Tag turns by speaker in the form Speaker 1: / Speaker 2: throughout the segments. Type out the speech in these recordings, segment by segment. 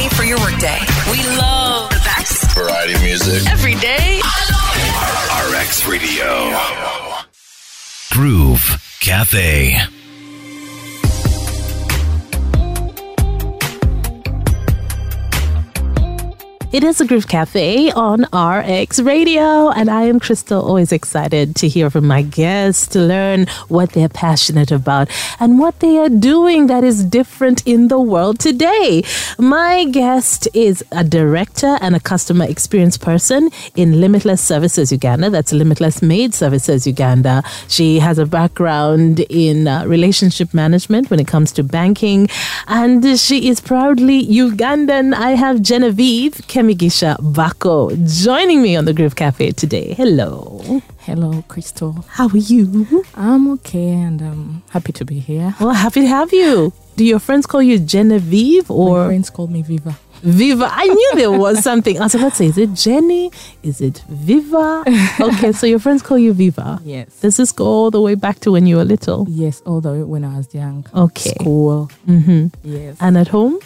Speaker 1: Weekday. We love the best
Speaker 2: Variety music.
Speaker 1: every day.
Speaker 2: RX Radio.
Speaker 3: Groove Cafe.
Speaker 4: It is a Groove Cafe on RX Radio, and I am Crystal. Always excited to hear from my guests to learn what they're passionate about and what they are doing that is different in the world today. My guest is a director and a customer experience person in Limitless Services Uganda. That's Limitless Maid Services Uganda. She has a background in uh, relationship management when it comes to banking, and she is proudly Ugandan. I have Genevieve Kemigisha Bako joining me on the Groove Cafe today. Hello.
Speaker 5: Hello, Crystal.
Speaker 4: How are you?
Speaker 5: I'm okay and I'm happy to be here.
Speaker 4: Well, happy to have you. Do your friends call you Genevieve
Speaker 5: My
Speaker 4: or
Speaker 5: friends call me Viva.
Speaker 4: Viva? I knew there was something. I was like, let's say, is it Jenny? Is it Viva? Okay, so your friends call you Viva.
Speaker 5: Yes.
Speaker 4: Does this go all the way back to when you were little?
Speaker 5: Yes, all the way when I was young.
Speaker 4: Okay.
Speaker 5: School.
Speaker 4: Mm-hmm.
Speaker 5: Yes.
Speaker 4: And at home?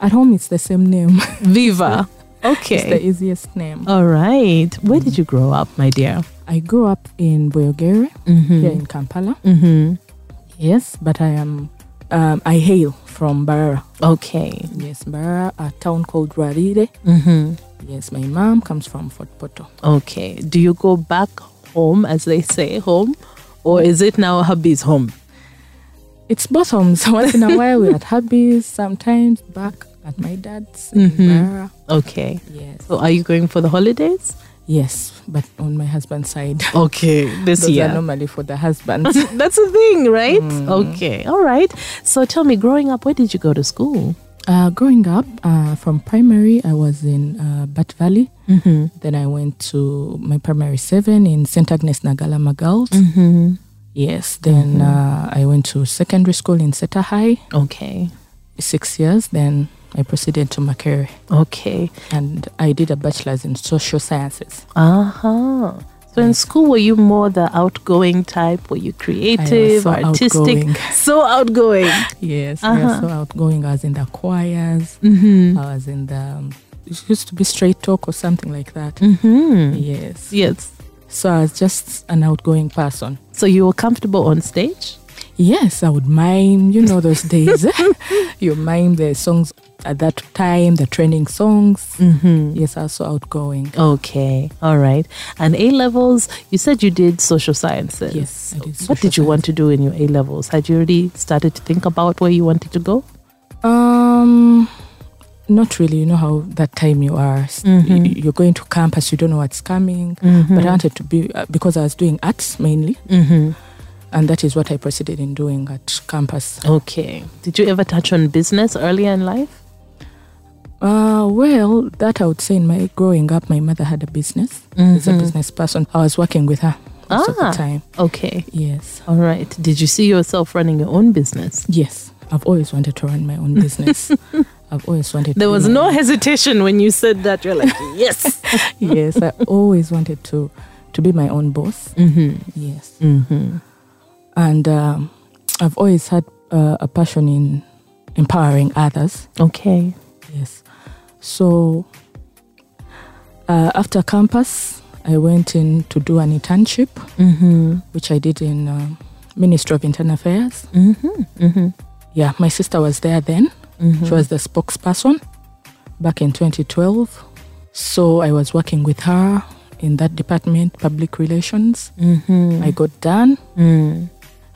Speaker 5: At home, it's the same name.
Speaker 4: Viva.
Speaker 5: it's the
Speaker 4: Okay.
Speaker 5: easiest name.
Speaker 4: All right. Where did you grow up, my dear?
Speaker 5: I grew up in Boyogere,
Speaker 4: Mm-hmm.
Speaker 5: here in Kampala.
Speaker 4: Mm-hmm.
Speaker 5: Yes, but I am. Um, I hail from Barara.
Speaker 4: Okay.
Speaker 5: Yes, Barara, a town called Rarire.
Speaker 4: Mm-hmm.
Speaker 5: Yes, my mom comes from Fort Poto.
Speaker 4: Okay. Do you go back home, as they say, home? Or is it now hubby's home?
Speaker 5: It's both homes. Once in a while, we're at Hubby's, sometimes back at my dad's in
Speaker 4: Mm-hmm.
Speaker 5: Barara.
Speaker 4: Okay.
Speaker 5: Yes.
Speaker 4: So are you going for the holidays?
Speaker 5: Yes, but on my husband's side.
Speaker 4: Okay. This
Speaker 5: Those are
Speaker 4: year. Hmm.
Speaker 5: normally for the husbands.
Speaker 4: That's the thing, right? Okay. All right. So tell me, growing up, where did you go to school?
Speaker 5: uh, growing up, uh, from primary, I was in uh, Bat Valley.
Speaker 4: Mm-hmm.
Speaker 5: Then I went to my primary seven in St. Agnes Nagala Magalt.
Speaker 4: Mm-hmm.
Speaker 5: Yes. Then uh, I went to secondary school in Seta High,
Speaker 4: Okay.
Speaker 5: six years. Then I proceeded to Makere
Speaker 4: Okay.
Speaker 5: and I did a bachelor's in social sciences.
Speaker 4: Uh huh. So in school, were you more the outgoing type? Were you creative,
Speaker 5: so
Speaker 4: artistic?
Speaker 5: outgoing.
Speaker 4: So outgoing.
Speaker 5: Yes. I was so outgoing. I was in the choirs.
Speaker 4: Uh-huh. mm-hmm.
Speaker 5: I was in the, um, it used to be straight talk or something like that.
Speaker 4: Mm-hmm.
Speaker 5: Yes.
Speaker 4: Yes.
Speaker 5: So I was just an outgoing person.
Speaker 4: So you were comfortable on stage?
Speaker 5: Yes, I would mime, you know, those days. you mime the songs at that time, the trending songs.
Speaker 4: Mm-hmm.
Speaker 5: Yes, I was so outgoing.
Speaker 4: Okay. All right. And A levels, you said you did social sciences.
Speaker 5: Yes, I did
Speaker 4: what
Speaker 5: social
Speaker 4: did you want to do in your A levels? Had you already started to think about where you wanted to go?
Speaker 5: Um, not really. You know how that time you are. s- y-
Speaker 4: Mhm.
Speaker 5: You're going to campus, you don't know what's coming.
Speaker 4: Mm-hmm.
Speaker 5: But I wanted to be, uh, because I was doing arts mainly,
Speaker 4: mm-hmm.
Speaker 5: and that is what I proceeded in doing at campus.
Speaker 4: Okay. Did you ever touch on business earlier in life?
Speaker 5: Uh, well, that I would say in my growing up, my mother had a business. As a
Speaker 4: Mhm.
Speaker 5: business person, I was working with her most of
Speaker 4: Ah.
Speaker 5: the time.
Speaker 4: Okay.
Speaker 5: Yes,
Speaker 4: All right. Did you see yourself running your own business?
Speaker 5: yes. I've always wanted to run my own business. I've always wanted.
Speaker 4: There
Speaker 5: to
Speaker 4: was
Speaker 5: do
Speaker 4: no
Speaker 5: my-
Speaker 4: hesitation when you said that. You're like, yes.
Speaker 5: yes, I always wanted to to be my own boss.
Speaker 4: mm-hmm.
Speaker 5: Yes,
Speaker 4: Mm-hmm.
Speaker 5: and um, I've always had uh, a passion in empowering others.
Speaker 4: Okay.
Speaker 5: Yes. So uh, after campus, I went in to do an internship.
Speaker 4: Mm-hmm.
Speaker 5: which I did in um Ministry of Internal Affairs.
Speaker 4: Mm-hmm. Mm-hmm.
Speaker 5: Yeah, my sister was there then.
Speaker 4: Mhm.
Speaker 5: She was the spokesperson back in 2012. So I was working with her in that department, public relations.
Speaker 4: Mm-hmm.
Speaker 5: I got done,
Speaker 4: Mm-hmm.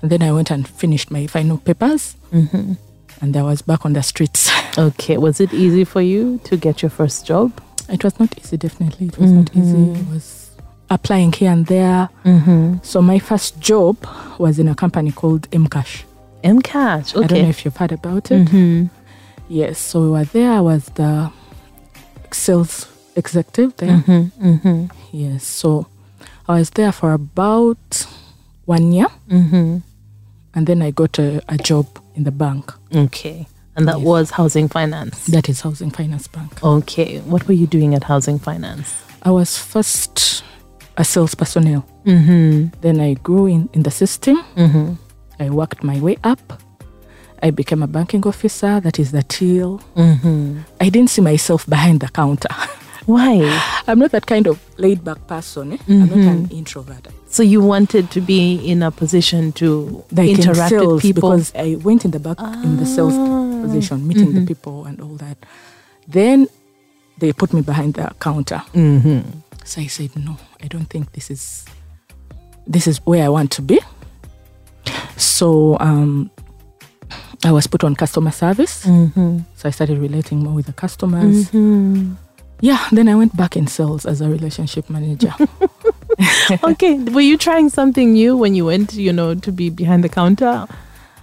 Speaker 5: and then I went and finished my final papers,
Speaker 4: Mm-hmm.
Speaker 5: and I was back on the streets.
Speaker 4: Okay, was it easy for you to get your first job?
Speaker 5: it was not easy, definitely. It was not easy. It was applying here and there.
Speaker 4: Mm-hmm.
Speaker 5: So my first job was in a company called Mcash.
Speaker 4: MCAT.
Speaker 5: I don't know
Speaker 4: Okay.
Speaker 5: if you've heard about it.
Speaker 4: Mm-hmm.
Speaker 5: Yes, so we were there. I was the sales executive there.
Speaker 4: Mm-hmm. Mm-hmm.
Speaker 5: Yes, so I was there for about one year
Speaker 4: Mm-hmm.
Speaker 5: and then I got a, a job in the bank.
Speaker 4: Okay. And that
Speaker 5: Yes.
Speaker 4: was housing finance.
Speaker 5: That is Housing Finance Bank.
Speaker 4: Okay. What were you doing at housing finance?
Speaker 5: I was first a sales personnel.
Speaker 4: Mm-hmm.
Speaker 5: Then I grew in, in the system.
Speaker 4: Mm-hmm.
Speaker 5: I worked my way up. I became a banking officer, that is the till.
Speaker 4: Mm-hmm.
Speaker 5: I didn't see myself behind the counter.
Speaker 4: Why?
Speaker 5: I'm not that kind of laid back person. Eh? I'm not an
Speaker 4: Mm-hmm.
Speaker 5: introvert.
Speaker 4: So you wanted to be in a position to
Speaker 5: Like in
Speaker 4: interact with
Speaker 5: sales,
Speaker 4: people.
Speaker 5: because I went in the back in the sales position, meeting the people and all that. Then they put me behind the counter. So I said, no, I don't think this is this is where I want to be. So um, I was put on customer service. So I started relating more with the customers. Yeah, then I went back in sales as a relationship manager.
Speaker 4: okay, were you trying something new when you went, you know, to be behind the counter?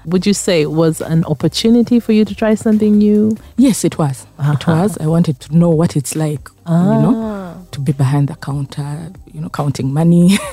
Speaker 4: Would you say it was an opportunity for you to try something new?
Speaker 5: Yes, it was. It
Speaker 4: Uh-huh.
Speaker 5: was. I wanted to know what it's like, you
Speaker 4: Ah.
Speaker 5: know, to be behind the counter, you know, counting money.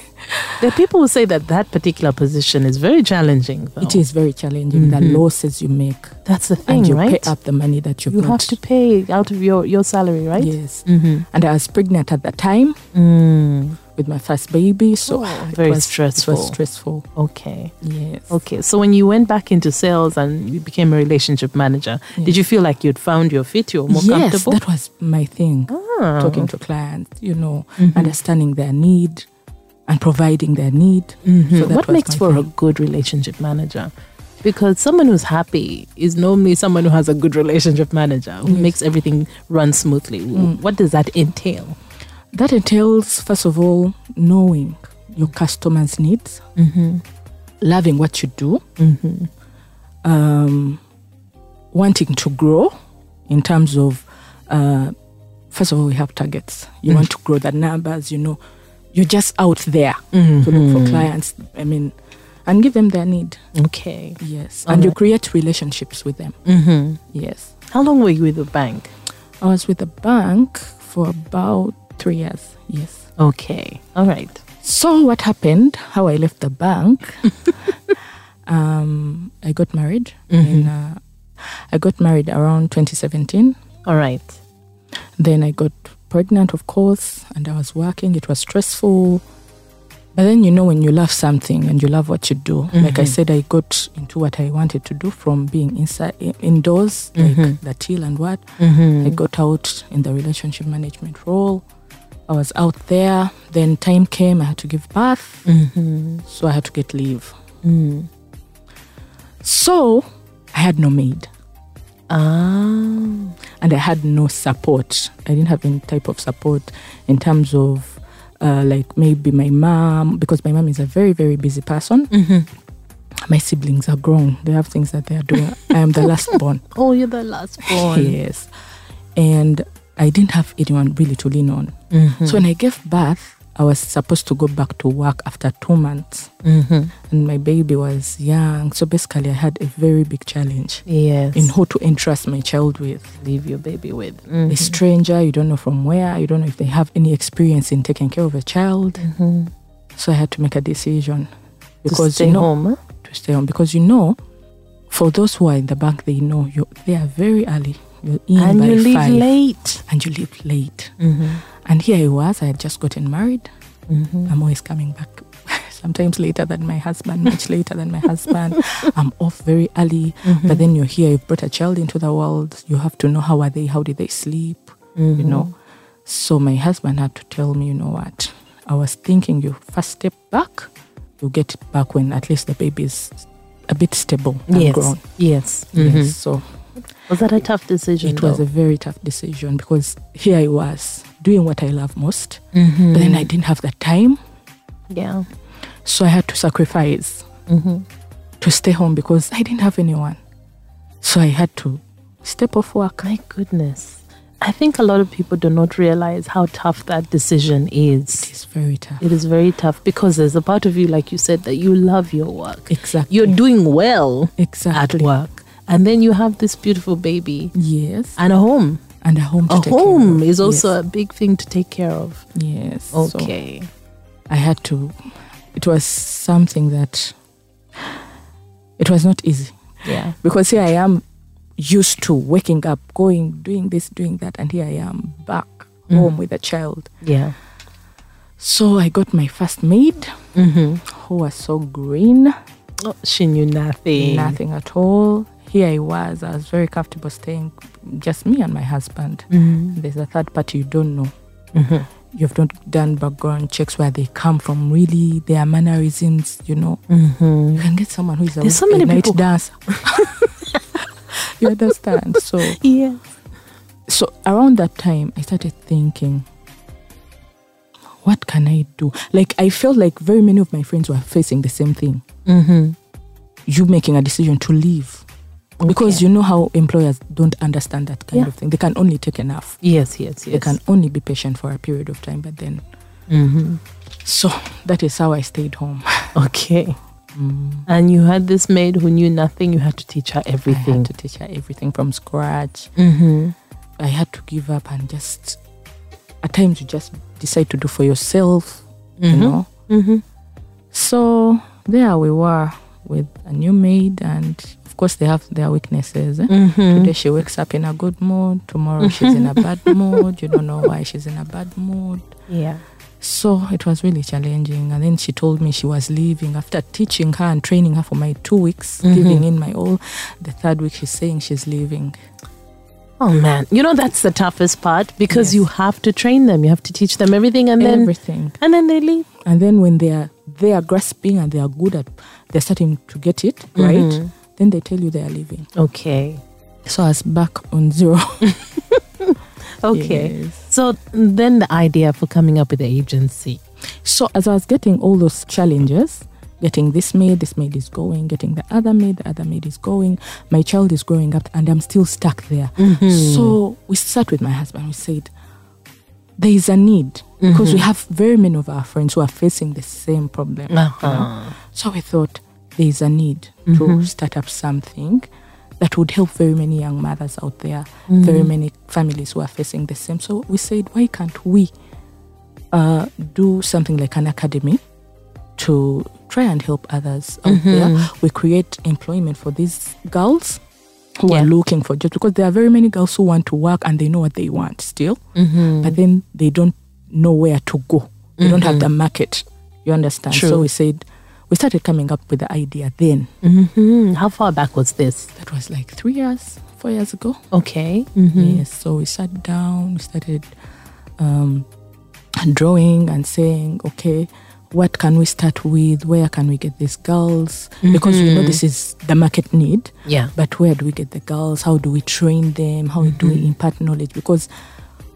Speaker 4: There are people who say that that particular position is very challenging. Though.
Speaker 5: it is very challenging. The losses you make,
Speaker 4: That's the Oh. Mm-hmm. thing,
Speaker 5: and you
Speaker 4: right?
Speaker 5: pay up the money that you've
Speaker 4: You
Speaker 5: not.
Speaker 4: have to pay out of your, your salary, right? Mm-hmm.
Speaker 5: Yes. And I was pregnant at that time
Speaker 4: Mm.
Speaker 5: with my first baby, so it
Speaker 4: very
Speaker 5: was, It
Speaker 4: Oh, stressful.
Speaker 5: was stressful.
Speaker 4: Okay.
Speaker 5: Yes.
Speaker 4: Okay. So when you went back into sales and you became a relationship manager, did you feel like you'd found your fit? You were more
Speaker 5: yes,
Speaker 4: comfortable? Ah.
Speaker 5: that was my thing. Talking to clients, you know,
Speaker 4: Mm-hmm.
Speaker 5: understanding their need and providing their need. So that
Speaker 4: Mm-hmm. what
Speaker 5: was
Speaker 4: makes
Speaker 5: my
Speaker 4: for a
Speaker 5: thing.
Speaker 4: good relationship manager? Because someone who's happy is normally someone who has a good relationship manager who makes everything run smoothly.
Speaker 5: Mm.
Speaker 4: W- What does that entail?
Speaker 5: That entails, first of all, knowing your customers' needs, loving what you do, um, wanting to grow in terms of, uh, first of all, we have targets. You want to grow the numbers, you know, you're just out there to look for clients, I mean, and give them their need.
Speaker 4: Okay.
Speaker 5: Yes. and you create relationships with them. Mm-hmm. Yes.
Speaker 4: How long were you with the bank?
Speaker 5: I was with the bank for about three years. Yes.
Speaker 4: Okay. All right.
Speaker 5: So what happened? How I left the bank? um, I got married. In, uh, I got married around 2017.
Speaker 4: All right.
Speaker 5: Then I got pregnant, of course, and I was working. It was stressful. But then you know when you love something and you love what you do. Like I said, I got into what I wanted to do from being inside in- indoors, like the teal and what.
Speaker 4: Mm-hmm.
Speaker 5: I got out in the relationship management role. I was out there. Then time came. I had to give birth, so I had to get leave. So I had no maid
Speaker 4: Ah.
Speaker 5: and I had no support. I didn't have any type of support in terms of uh, like maybe my mom, because my mom is a very, very busy person. My siblings are grown, they have things that they are doing. I am the last born.
Speaker 4: Oh, you're the last born.
Speaker 5: Yes. And I didn't have anyone really to lean on.
Speaker 4: Mm-hmm.
Speaker 5: So when I gave birth, I was supposed to go back to work after two months.
Speaker 4: Mm-hmm.
Speaker 5: And my baby was young. So basically, I had a very big challenge
Speaker 4: Yes.
Speaker 5: in who to entrust my child with
Speaker 4: Leave your baby with.
Speaker 5: a stranger, you don't know from where, you don't know if they have any experience in taking care of a child. So I had to make a decision
Speaker 4: Because Mm-hmm.
Speaker 5: because
Speaker 4: stay
Speaker 5: you know
Speaker 4: home. huh?
Speaker 5: to stay home because you know, for those who are in the bank, they know you they are very early. You're in
Speaker 4: And
Speaker 5: by
Speaker 4: you leave
Speaker 5: five,
Speaker 4: late.
Speaker 5: and you leave late. And here I was, I had just gotten married. I'm always coming back. Sometimes later than my husband, much later than my husband. I'm off very early, but then you're here. You've brought a child into the world. You have to know how are they, how did they sleep, you know. So my husband had to tell me, you know what? I was thinking, you first step back, you get it back when at least the baby is a bit stable and
Speaker 4: Yes. Mm-hmm.
Speaker 5: grown.
Speaker 4: Yes.
Speaker 5: Yes. So
Speaker 4: Was that a tough decision?
Speaker 5: it was a
Speaker 4: though?
Speaker 5: very tough decision because here I was doing what I love most,
Speaker 4: Mm-hmm.
Speaker 5: but then I didn't have the time,
Speaker 4: yeah.
Speaker 5: so I had to sacrifice
Speaker 4: Mm-hmm.
Speaker 5: to stay home because I didn't have anyone. So I had to step off work.
Speaker 4: My goodness. I think a lot of people do not realize how tough that decision is.
Speaker 5: It's very tough.
Speaker 4: It is very tough because there's a part of you, like you said, that you love your work.
Speaker 5: Exactly.
Speaker 4: You're doing well
Speaker 5: exactly
Speaker 4: at work. And then you have this beautiful baby
Speaker 5: Yes,
Speaker 4: and a home.
Speaker 5: and a home. To
Speaker 4: A
Speaker 5: take care
Speaker 4: home
Speaker 5: of.
Speaker 4: is also a big thing to take care of.
Speaker 5: yes. yes. So
Speaker 4: Okay.
Speaker 5: I had to. It was something that. It was not easy.
Speaker 4: Yeah.
Speaker 5: because here I am used to waking up, going, doing this, doing that, and here I am back
Speaker 4: Mm-hmm.
Speaker 5: home with a child.
Speaker 4: Yeah.
Speaker 5: So I got my first maid
Speaker 4: Mm-hmm.
Speaker 5: who was so green,
Speaker 4: Oh, she knew nothing.
Speaker 5: nothing at all, here I was, I was very comfortable staying just me and my husband.
Speaker 4: Mm-hmm.
Speaker 5: There's a third party you don't know. You've not done background checks where they come from, really, their mannerisms, you know. You can get someone who is a
Speaker 4: Mm-hmm. There's so many
Speaker 5: night
Speaker 4: people-
Speaker 5: dancer. you understand? So,
Speaker 4: Yeah.
Speaker 5: so around that time, I started thinking, what can I do? Like, I felt like very many of my friends were facing the same thing.
Speaker 4: Mm-hmm.
Speaker 5: You making a decision to leave. Because you know how employers don't understand that kind
Speaker 4: Yeah.
Speaker 5: of thing. They can only take enough.
Speaker 4: Yes, yes,
Speaker 5: They
Speaker 4: yes.
Speaker 5: can only be patient for a period of time, but then.
Speaker 4: Mm-hmm.
Speaker 5: So that is how I stayed home.
Speaker 4: Okay.
Speaker 5: Mm.
Speaker 4: And you had this maid who knew nothing. You had to teach her
Speaker 5: I
Speaker 4: everything.
Speaker 5: had to teach her everything from scratch. I had to give up and just, at times, you just decide to do for yourself, you know? So there we were with a new maid, and of course, they have their weaknesses. eh? Today she wakes up in a good mood, tomorrow she's in a bad mood. You don't know why she's in a bad mood.
Speaker 4: Yeah.
Speaker 5: So it was really challenging. And then she told me she was leaving after teaching her and training her for my two weeks,
Speaker 4: Mm-hmm.
Speaker 5: giving in my all. The third week, she's saying she's leaving.
Speaker 4: Oh man, you know that's the toughest part because
Speaker 5: Yes.
Speaker 4: you have to train them. You have to teach them everything, and then
Speaker 5: Everything.
Speaker 4: and then they leave.
Speaker 5: And then when they are they are grasping and they are good at, they're starting to get it
Speaker 4: Mm-hmm.
Speaker 5: right. Then they tell you they are leaving.
Speaker 4: Okay.
Speaker 5: So I was back on zero.
Speaker 4: Okay.
Speaker 5: Yes.
Speaker 4: So then the idea for coming up with the agency.
Speaker 5: So as I was getting all those challenges, getting this maid, this maid is going, getting the other maid, the other maid is going, my child is growing up, and I'm still stuck there. So we sat with my husband. We said, there is a need because we have very many of our friends who are facing the same problem.
Speaker 4: Uh-huh.
Speaker 5: you know. Uh-huh. So we thought there is a need to start up something that would help very many young mothers out there, very many families who are facing the same. So we said, why can't we uh, do something like an academy to try and help others out there? We create employment for these girls who
Speaker 4: Yeah.
Speaker 5: are looking for jobs because there are very many girls who want to work and they know what they want still, but then they don't know where to go. They don't have the market. You understand?
Speaker 4: True.
Speaker 5: So we said, we started coming up with the idea then.
Speaker 4: Hmm, how far back was this?
Speaker 5: That was like three years, four years ago.
Speaker 4: Okay.
Speaker 5: Yes. So we sat down, we started um, drawing and saying, okay, what can we start with? Where can we get these girls? Because we know this is the market need.
Speaker 4: Yeah.
Speaker 5: But where do we get the girls? How do we train them? How do
Speaker 4: Mhm.
Speaker 5: we impart knowledge? Because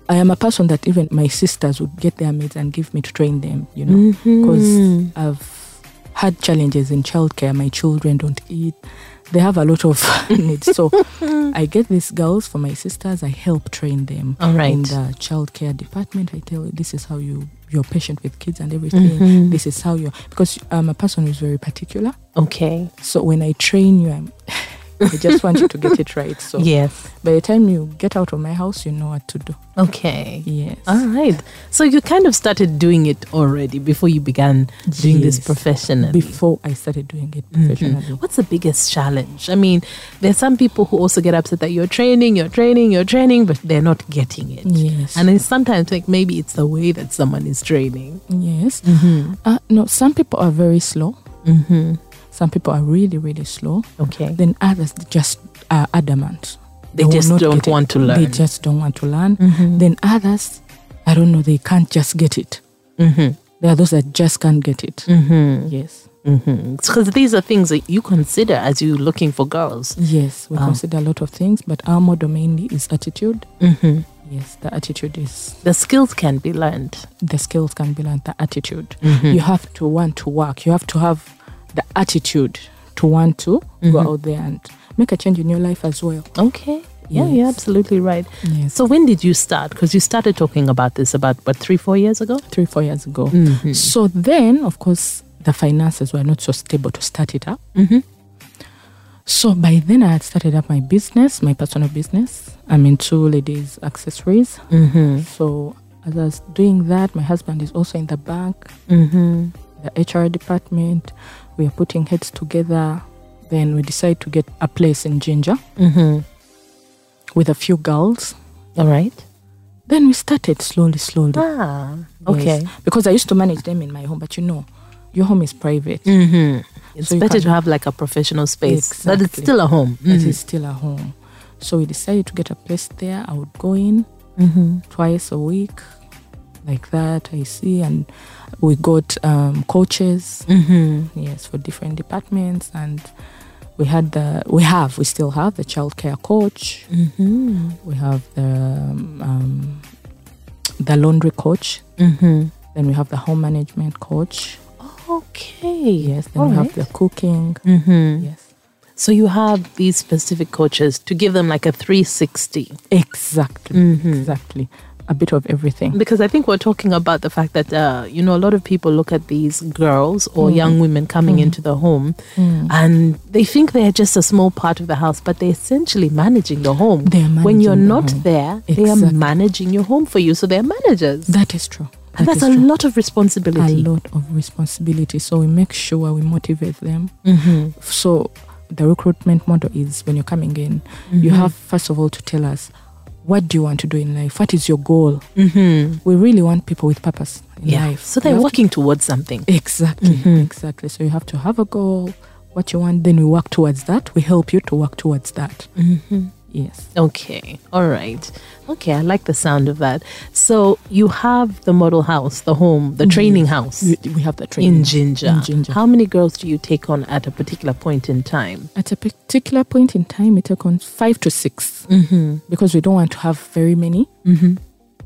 Speaker 5: I am a person that even my sisters would get their maids and give me to train them, you know,
Speaker 4: Mm-hmm.
Speaker 5: because I've had challenges in childcare. My children don't eat, they have a lot of needs. So I get these girls for my sisters, I help train them
Speaker 4: All right.
Speaker 5: in the childcare department. I tell you, this is how you. You're patient with kids and everything.
Speaker 4: Mm-hmm.
Speaker 5: This is how you're because I'm a person who's very particular.
Speaker 4: Okay.
Speaker 5: So when I train you, I'm, I just want you to get it right. So
Speaker 4: Yes.
Speaker 5: by the time you get out of my house, you know what to do.
Speaker 4: Okay.
Speaker 5: Yes.
Speaker 4: All right. So you kind of started doing it already before you began doing this
Speaker 5: Yes.
Speaker 4: professionally.
Speaker 5: Before I started doing it
Speaker 4: Mm-hmm.
Speaker 5: professionally.
Speaker 4: What's the biggest challenge? I mean, there's some people who also get upset that you're training, you're training, you're training, but they're not getting it.
Speaker 5: Yes.
Speaker 4: And I sometimes think maybe it's the way that someone is training.
Speaker 5: Yes.
Speaker 4: Mm-hmm.
Speaker 5: Uh, no, some people are very slow. Mm-hmm. Some people are really, really slow.
Speaker 4: Okay.
Speaker 5: Then others just are adamant.
Speaker 4: They
Speaker 5: will
Speaker 4: just
Speaker 5: not
Speaker 4: don't
Speaker 5: get it.
Speaker 4: want to learn. Mm-hmm.
Speaker 5: They just don't want to learn. Then others, I don't know, they can't just get it.
Speaker 4: Mm-hmm.
Speaker 5: There are those that just can't get it. Yes.
Speaker 4: Because Mm-hmm. these are things that you consider as you looking for girls.
Speaker 5: Yes, we consider a lot of things, but our model mainly is attitude. Mm-hmm. Yes, the attitude is
Speaker 4: The skills can be learned.
Speaker 5: the skills can be learned. The attitude you have to want to work. You have to have the attitude to want to go out there and make a change in your life as well.
Speaker 4: Okay. Yeah, you're
Speaker 5: Yes.
Speaker 4: absolutely right.
Speaker 5: Yes.
Speaker 4: So when did you start? Because you started talking about this about what three, four years ago.
Speaker 5: Three, four years ago. So then, of course, the finances were not so stable to start it up. So by then, I had started up my business, my personal business. I'm into ladies' accessories. So as I was doing that, my husband is also in the bank, the HR department. We are putting heads together. Then we decide to get a place in Ginger with a few girls.
Speaker 4: All right.
Speaker 5: Then we started slowly, slowly.
Speaker 4: Ah. Okay.
Speaker 5: Yes. Because I used to manage them in my home, but you know, your home is private.
Speaker 4: Mm-hmm. It's
Speaker 5: So you
Speaker 4: better
Speaker 5: can't-
Speaker 4: to have like a professional space, but it's
Speaker 5: Exactly.
Speaker 4: still a home.
Speaker 5: It
Speaker 4: Mm.
Speaker 5: is still a home. So we decided to get a place there. I would go in twice a week, like that. I see, and we got um, coaches, yes, for different departments, and we had the we have we still have the childcare coach. We have the um, um, the laundry coach. Then we have the home management coach.
Speaker 4: Okay.
Speaker 5: Yes. Then we have the cooking. Yes.
Speaker 4: So you have these specific coaches to give them like a 360
Speaker 5: Exactly.
Speaker 4: Mm-hmm.
Speaker 5: Exactly. A bit of everything.
Speaker 4: because I think we're talking about the fact that uh, you know a lot of people look at these girls or
Speaker 5: Mm.
Speaker 4: young women coming into the home and they think they're just a small part of the house, but they're essentially managing the home.
Speaker 5: They're
Speaker 4: when you're
Speaker 5: managing the
Speaker 4: not
Speaker 5: home.
Speaker 4: there, they are
Speaker 5: Exactly.
Speaker 4: managing your home for you, so they're managers,
Speaker 5: That is true.
Speaker 4: and
Speaker 5: That
Speaker 4: that's
Speaker 5: is
Speaker 4: a
Speaker 5: true.
Speaker 4: lot of responsibility.
Speaker 5: A lot of responsibility. So we make sure we motivate them.
Speaker 4: Mm-hmm.
Speaker 5: So the recruitment model is when you're coming in, you
Speaker 4: Mm-hmm.
Speaker 5: have first of all to tell us what do you want to do in life? What is your goal? We really want people with purpose in
Speaker 4: Mm-hmm. Yeah,
Speaker 5: life.
Speaker 4: so
Speaker 5: We
Speaker 4: they're
Speaker 5: have to-
Speaker 4: working Mm-hmm. towards something.
Speaker 5: Exactly, exactly. So you have to have a goal, what you want, then we work towards that. We help you to work towards that.
Speaker 4: Mm-hmm.
Speaker 5: Yes.
Speaker 4: Okay, all right. Okay, I like the sound of that. So you have the model house, the home, the training house.
Speaker 5: We, we have that training.
Speaker 4: in ginger.
Speaker 5: In ginger.
Speaker 4: How many girls do you take on at a particular point in time?
Speaker 5: At a particular point in time, we take on five to 6
Speaker 4: Mm-hmm.
Speaker 5: because we don't want to have very many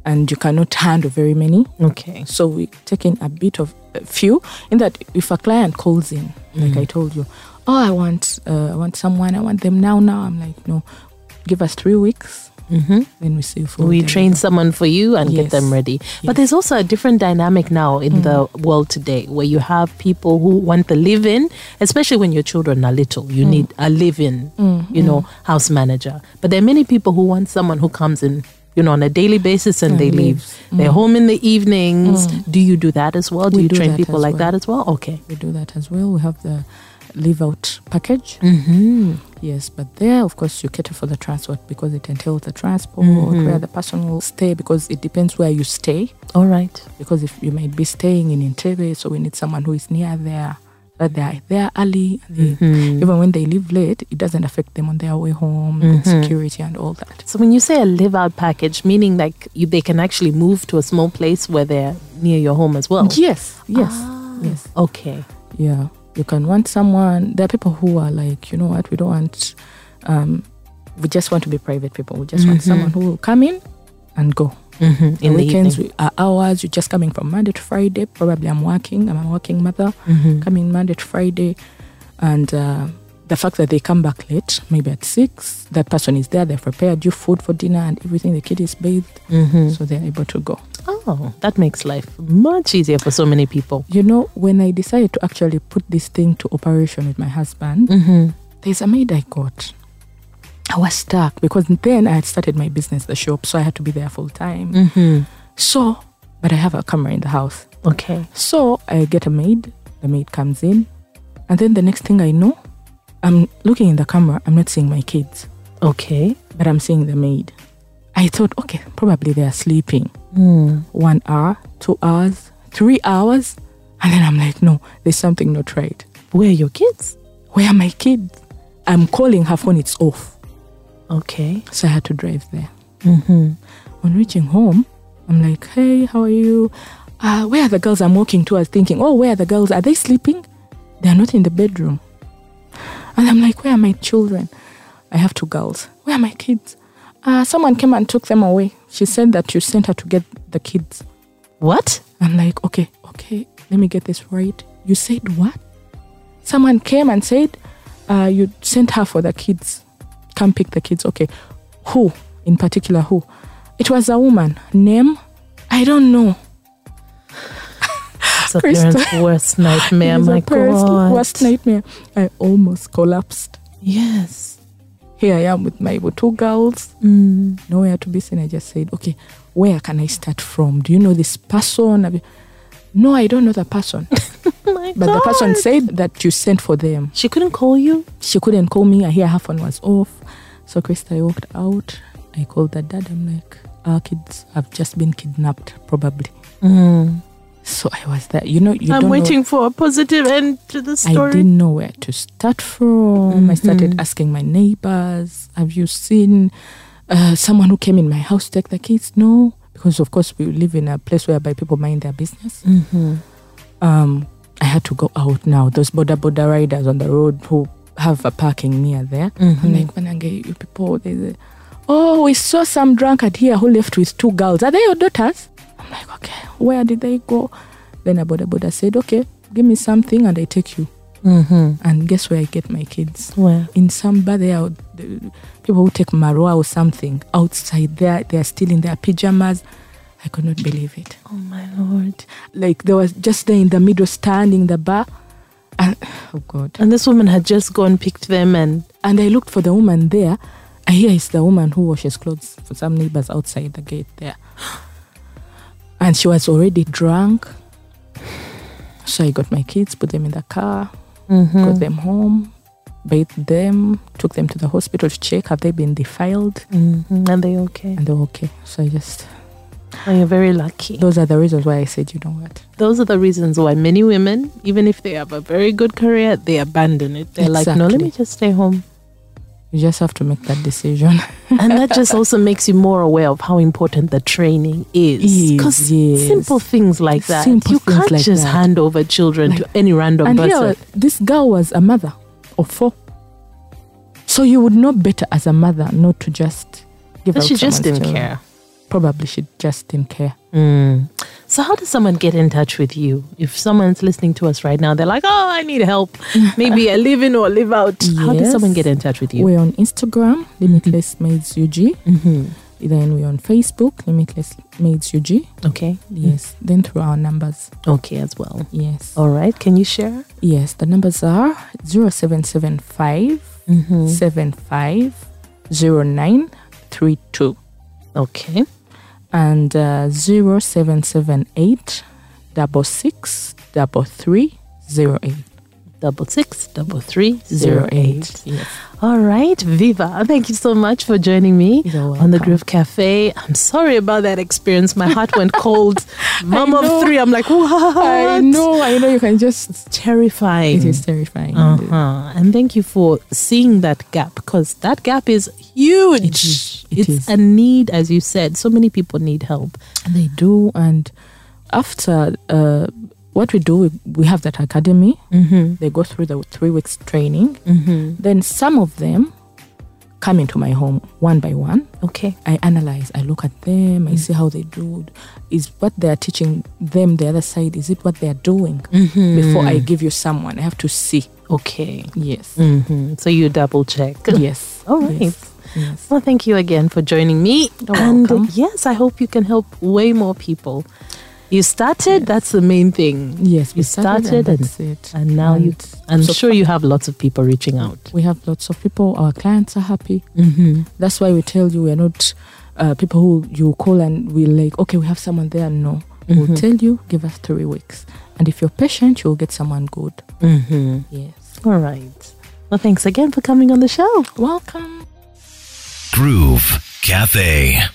Speaker 5: and you cannot handle very many.
Speaker 4: Okay.
Speaker 5: So we take in a bit of a few. In that, if a client calls in, like
Speaker 4: Mm-hmm.
Speaker 5: I told you, oh, I want, uh, I want someone, I want them now, now. I'm like, no, give us three weeks. Mm-hmm. Then we see if
Speaker 4: We
Speaker 5: then
Speaker 4: train someone for you and get them
Speaker 5: Yes. Mm.
Speaker 4: ready. But there's also a different dynamic now in the world today where you have people who want the live in, especially when your children are little.
Speaker 5: Mm.
Speaker 4: You need a live in,
Speaker 5: Mm-hmm.
Speaker 4: you know, house manager. But there are many people who want someone who comes in, you know, on a daily basis and, they leave. They're home in the evenings. Do you do that as well? Do
Speaker 5: Mm. We
Speaker 4: you
Speaker 5: do
Speaker 4: train
Speaker 5: that
Speaker 4: people
Speaker 5: as
Speaker 4: like
Speaker 5: well.
Speaker 4: that as well? Okay.
Speaker 5: we do that as well. We have the leave out package. Mm-hmm. Yes, but there, of course, you cater for the transport because it entails the transport, where the person will stay, because it depends where you stay.
Speaker 4: All right.
Speaker 5: Because if you might be staying in Entebbe, so we need someone who is near there, that they are there early. and they- Even when they leave late, it doesn't affect them on their way home, security, and all that.
Speaker 4: So when you say a live out package, meaning like you, they can actually move to a small place where they're near your home as well.
Speaker 5: Yes, Ah. yes, yes.
Speaker 4: Okay.
Speaker 5: yeah you can want someone there are people who are like you know what we don't want um we just want to be private people we just want someone who will come in and go
Speaker 4: Mm-hmm. In
Speaker 5: the
Speaker 4: the
Speaker 5: weekends
Speaker 4: evening.
Speaker 5: we, are hours you're just coming from monday to friday probably i'm working i'm a working mother
Speaker 4: Mm-hmm.
Speaker 5: coming monday to friday and uh, the fact that they come back late maybe at six that person is there they've prepared you food for dinner and everything the kid is bathed
Speaker 4: Mm-hmm.
Speaker 5: so they're able to go
Speaker 4: Oh, that makes life much easier for so many people.
Speaker 5: you know, when I decided to actually put this thing to operation with my husband, there's a maid I got. I was stuck because then I had started my business, the shop, so I had to be there full time. So, but I have a camera in the house.
Speaker 4: Okay.
Speaker 5: So I get a maid, the maid comes in, and then the next thing I know, I'm looking in the camera, I'm not seeing my kids
Speaker 4: Okay.
Speaker 5: but I'm seeing the maid. I thought, okay, probably they are sleeping. One hour, two hours, three hours. And then I'm like, no, there's something not right.
Speaker 4: Where are your kids?
Speaker 5: Where are my kids? I'm calling her phone, it's off.
Speaker 4: Okay.
Speaker 5: So I had to drive there. On reaching home, I'm like, hey, how are you? Uh, where are the girls I'm walking towards? Thinking, oh, where are the girls? Are they sleeping? They're not in the bedroom. And I'm like, where are my children? I have two girls. Where are my kids? Uh, someone came and took them away. She said that you sent her to get the kids.
Speaker 4: What?
Speaker 5: I'm like, okay, okay, let me get this right. You said what? Someone came and said, uh, you sent her for the kids. Come pick the kids. Okay. Who in particular? Who? It was a woman. Name? I don't know.
Speaker 4: It's a
Speaker 5: Crystal.
Speaker 4: parent's worst nightmare,
Speaker 5: It was
Speaker 4: my
Speaker 5: a parent's
Speaker 4: God.
Speaker 5: worst nightmare. I almost collapsed.
Speaker 4: Yes.
Speaker 5: Here I am with my two girls.
Speaker 4: Mm.
Speaker 5: Nowhere to be seen. I just said, okay, where can I start from? Do you know this person? Have you- No, I don't know the person.
Speaker 4: My
Speaker 5: But
Speaker 4: God.
Speaker 5: the person said that you sent for them.
Speaker 4: She couldn't call you?
Speaker 5: she couldn't call me. I hear her phone was off. So Krista walked out. I called the dad. I'm like, our kids have just been kidnapped, probably. So I was there. You know, you
Speaker 4: Mm. I'm
Speaker 5: don't know-
Speaker 4: waiting for a positive end to the
Speaker 5: I
Speaker 4: story.
Speaker 5: didn't know where to start from. I started asking my neighbors, Have you seen uh, someone who came in my house to take the kids? No, because of course we live in a place whereby people mind their business. Um, I had to go out now. Those border border riders on the road who have a parking near there. I'm like, Manange, you people, they, they, oh, we saw some drunkard here who left with two girls. Are they your daughters? I'm like, okay, where did they go? Then a border border said, okay, give me something and I take you. And guess where I get my kids?
Speaker 4: Where?
Speaker 5: In Samba, they are the people who take marua or something outside there. They are still in their pajamas. I could not believe it.
Speaker 4: Oh my lord!
Speaker 5: Like they was just there in the middle, standing the bar. And, oh God!
Speaker 4: And this woman had just gone picked them, and
Speaker 5: And I looked for the woman there. I hear it's the woman who washes clothes for some neighbors outside the gate there. And she was already drunk. So I got my kids, put them in the car,
Speaker 4: Mm-hmm. Mm.
Speaker 5: got them home, bathed them, took them to the hospital to check have they been defiled,
Speaker 4: are they Mm-hmm. okay?
Speaker 5: and they're okay. So I just
Speaker 4: Oh, you're very lucky.
Speaker 5: those are the reasons why I said, you know what,
Speaker 4: Those are the reasons why many women, even if they have a very good career, they abandon it. They're like, no, let
Speaker 5: Exactly.
Speaker 4: me just stay home.
Speaker 5: you just have to make that decision.
Speaker 4: and that just also makes you more aware of how important the training is.
Speaker 5: Is,
Speaker 4: Because
Speaker 5: yes.
Speaker 4: simple things like that,
Speaker 5: Simple
Speaker 4: you
Speaker 5: things
Speaker 4: can't
Speaker 5: like
Speaker 4: just
Speaker 5: that.
Speaker 4: hand over children to any random
Speaker 5: and
Speaker 4: person.
Speaker 5: here, this girl was a mother of four, so you would know better as a mother not to just give.
Speaker 4: but
Speaker 5: out
Speaker 4: she just
Speaker 5: someone's
Speaker 4: didn't
Speaker 5: children.
Speaker 4: care.
Speaker 5: Probably she just didn't care.
Speaker 4: Mm. So how does someone get in touch with you? If someone's listening to us right now, they're like, "Oh, I need help. Maybe a live in or a live out." How does
Speaker 5: Yes.
Speaker 4: someone get in touch with you?
Speaker 5: We're on Instagram,
Speaker 4: Mm-hmm.
Speaker 5: Limitless Maids UG. Then we're on Facebook, Limitless Maids UG.
Speaker 4: Okay.
Speaker 5: Yes. Then through our numbers.
Speaker 4: Okay, as well.
Speaker 5: Yes.
Speaker 4: All right. Can you share?
Speaker 5: Yes, the numbers are 775 750932
Speaker 4: Okay.
Speaker 5: and uh, 0778 66 3308.
Speaker 4: Double six, double three, zero
Speaker 5: Zero
Speaker 4: eight.
Speaker 5: Yes.
Speaker 4: All right, Viva, thank you so much for joining me
Speaker 5: You're
Speaker 4: on the
Speaker 5: welcome.
Speaker 4: Groove Cafe. I'm sorry about that experience. My heart went cold. Mom of
Speaker 5: know.
Speaker 4: three, I'm like, what?
Speaker 5: I know, I know you can just.
Speaker 4: Terrifying.
Speaker 5: It is terrifying.
Speaker 4: Uh-huh. And thank you for seeing that gap because that gap is huge.
Speaker 5: It is. It
Speaker 4: it's
Speaker 5: is.
Speaker 4: a need, as you said. So many people need help.
Speaker 5: They do. And after uh, what we do, we, we have that academy. Mm-hmm. They go through the three weeks training. Mm-hmm. Then some of them come into my home one by one.
Speaker 4: Okay.
Speaker 5: I analyze, I look at them,
Speaker 4: Mm.
Speaker 5: I see how they do. Is what they are teaching them the other side, is it what they are doing?
Speaker 4: Mm-hmm.
Speaker 5: Before I give you someone, I have to see.
Speaker 4: Okay.
Speaker 5: Yes. Mm-hmm.
Speaker 4: hmm So you double check.
Speaker 5: Yes.
Speaker 4: All right.
Speaker 5: Yes. Yes.
Speaker 4: Well, thank you again for joining me.
Speaker 5: You're
Speaker 4: and
Speaker 5: welcome.
Speaker 4: yes, I hope you can help way more people. You started, that's the main thing.
Speaker 5: Yes,
Speaker 4: you started,
Speaker 5: and
Speaker 4: and,
Speaker 5: that's it.
Speaker 4: and now you. I'm
Speaker 5: so
Speaker 4: sure you have lots of people reaching out.
Speaker 5: We have lots of people. Our clients are happy. That's why we tell you we are not uh, people who you call and we like. Okay, we have someone there. No, we'll tell you. Give us three weeks, and if you're patient, you'll get someone good.
Speaker 4: Mm-hmm.
Speaker 5: Yes.
Speaker 4: All right. Well, thanks again for coming on the show.
Speaker 5: Welcome.
Speaker 3: Groove Cafe.